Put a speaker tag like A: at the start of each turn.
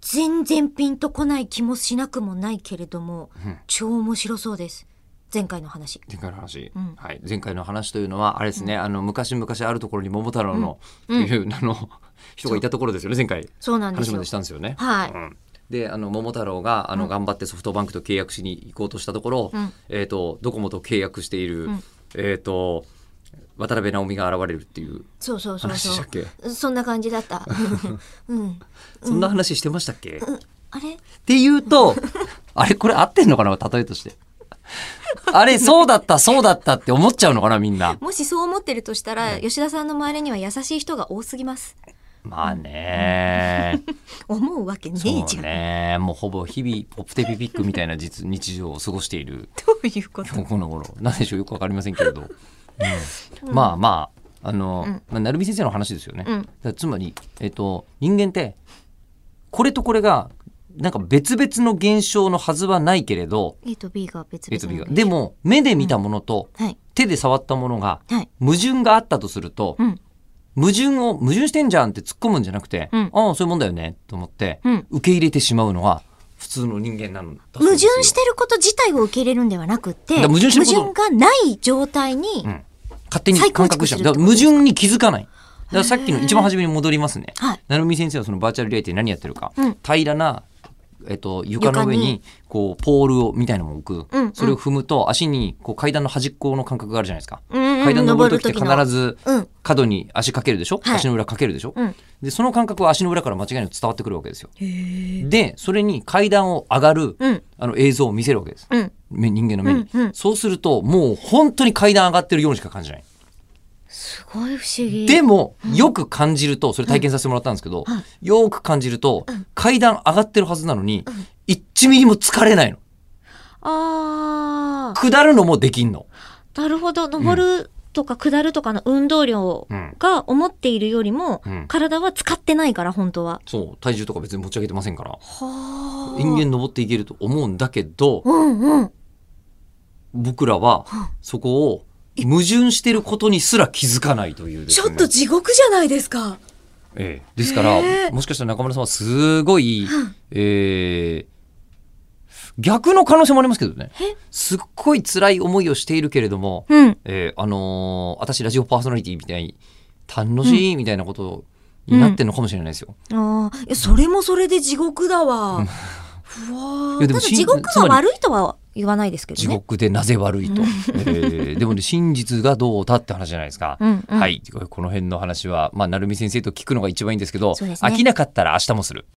A: 全然ピンとこない気もしなくもないけれども、超面白そうです前回の話
B: 前回の話、はい、前回の話というのはあれですね、あの昔々あるところに桃太郎の、というあの人がいたところですよね前回
A: そうなんです
B: 話ま
A: よ
B: でしたんですよね。
A: はい
B: うんであの桃太郎があの頑張ってソフトバンクと契約しに行こうとしたところ、
A: ん
B: えー、とドコモと契約している、えー、と渡辺直美が現れるっていう
A: そうそうそう
B: 話でし
A: そ
B: たっけ
A: うそんな感じだった うん
B: そんな話してましたっけ、っ
A: あれ
B: ていう とあれこれ合ってんのかな例えとして。あれそうだったそうだったって思っちゃうのかなみんな。
A: もしそう思ってるとしたら、吉田さんの周りには優しい人が多すぎます
B: まあね
A: 思うわけねえ
B: そ
A: じ
B: う
A: ゃん、
B: ねもうほぼ日々ポプテピピックみたいな実日常を過ごしている
A: どういうこと
B: 今日この頃なんでしょうよくわかりませんけれど、うんまあまああの、まあ、成美先生の話ですよね、
A: うん
B: だからつまり、えっと人間ってこれとこれがなんか別々の現象のはずはないけれど、
A: A と B が別
B: えっと
A: 々なの
B: でも目で見たものと
A: はい
B: 手で触ったものが
A: はい
B: 矛盾があったとすると、
A: うん
B: 矛盾を矛盾してんじゃんって突っ込むんじゃなくて、
A: うん
B: ああそういうもんだよねと思って、
A: うん
B: 受け入れてしまうのが普通の人間なんだそう
A: 矛
B: で
A: 盾
B: すよ
A: してること自体を受け入れるんではなくて
B: だから矛盾してること
A: がない状態に、
B: うん勝手に
A: 再構
B: 感
A: 築
B: 覚しちゃう
A: する
B: だ
A: っ
B: か
A: て
B: ら
A: こと
B: 矛
A: ですか
B: 盾に気づかないだからさっきの一番初めに戻りますね
A: はい
B: 成美先生はそのバーチャルリアリティ何やってるか、
A: うん
B: 平らな、えっと、床の
A: 床
B: 上に
A: に
B: こうポールをみたいなのを置く、
A: うんうん
B: それを踏むと足にこう階段の端っこの感覚があるじゃないですか、
A: うんうんうん
B: 階段登る時って
A: 登る時の
B: 必ず
A: うん
B: 角に足かけるでしょ、
A: はい
B: 足の裏かけるでしょ、
A: うん
B: でその感覚は足の裏から間違いなく伝わってくるわけですよでそれに階段を上がる、
A: うん
B: あの映像を見せるわけです、
A: うん
B: め人間の目に、
A: うんうん
B: そうするともう本当に階段上がってるようにしか感じない
A: すごい不思議
B: でも、よく感じると、それ体験させてもらったんですけど、よく感じると、階段上がってるはずなのに、1ミリも疲れないの。
A: ああ
B: 下るのもできんの。
A: なるほど登るとか下るとかの運動量
B: うん
A: が思っているよりも、
B: うん
A: 体は使ってないから本当は。
B: そう、体重とか別に持ち上げてませんから、
A: は
B: 人間登っていけると思うんだけど、
A: うんうん。
B: 僕らは、そこを、矛盾してることにすら気づかないというです
A: ち
B: ね、
A: ょっと地獄じゃないですか。
B: ええですから、
A: ええ
B: もしかしたら中村さんはすごい、ええ逆の可能性もありますけどね
A: え。
B: すっごい辛い思いをしているけれども、
A: うん。
B: えーあのー私ラジオパーソナリティみたいに楽しいみたいなことになってんのかもしれないですよ。
A: ああ、いや、それもそれで地獄だわ。うわ
B: いや
A: ー
B: で
A: ただ
B: もしん
A: 地獄
B: つま
A: が
B: り
A: 悪いとは言わないですけど
B: 地
A: ね。
B: 獄でなぜ悪いと。えーでもね真実がどうだって話じゃないですか。
A: うんうん
B: はいこの辺の話は、まあ、成美先生と聞くのが一番いいんですけど
A: そうですね
B: 飽きなかったら明日もする。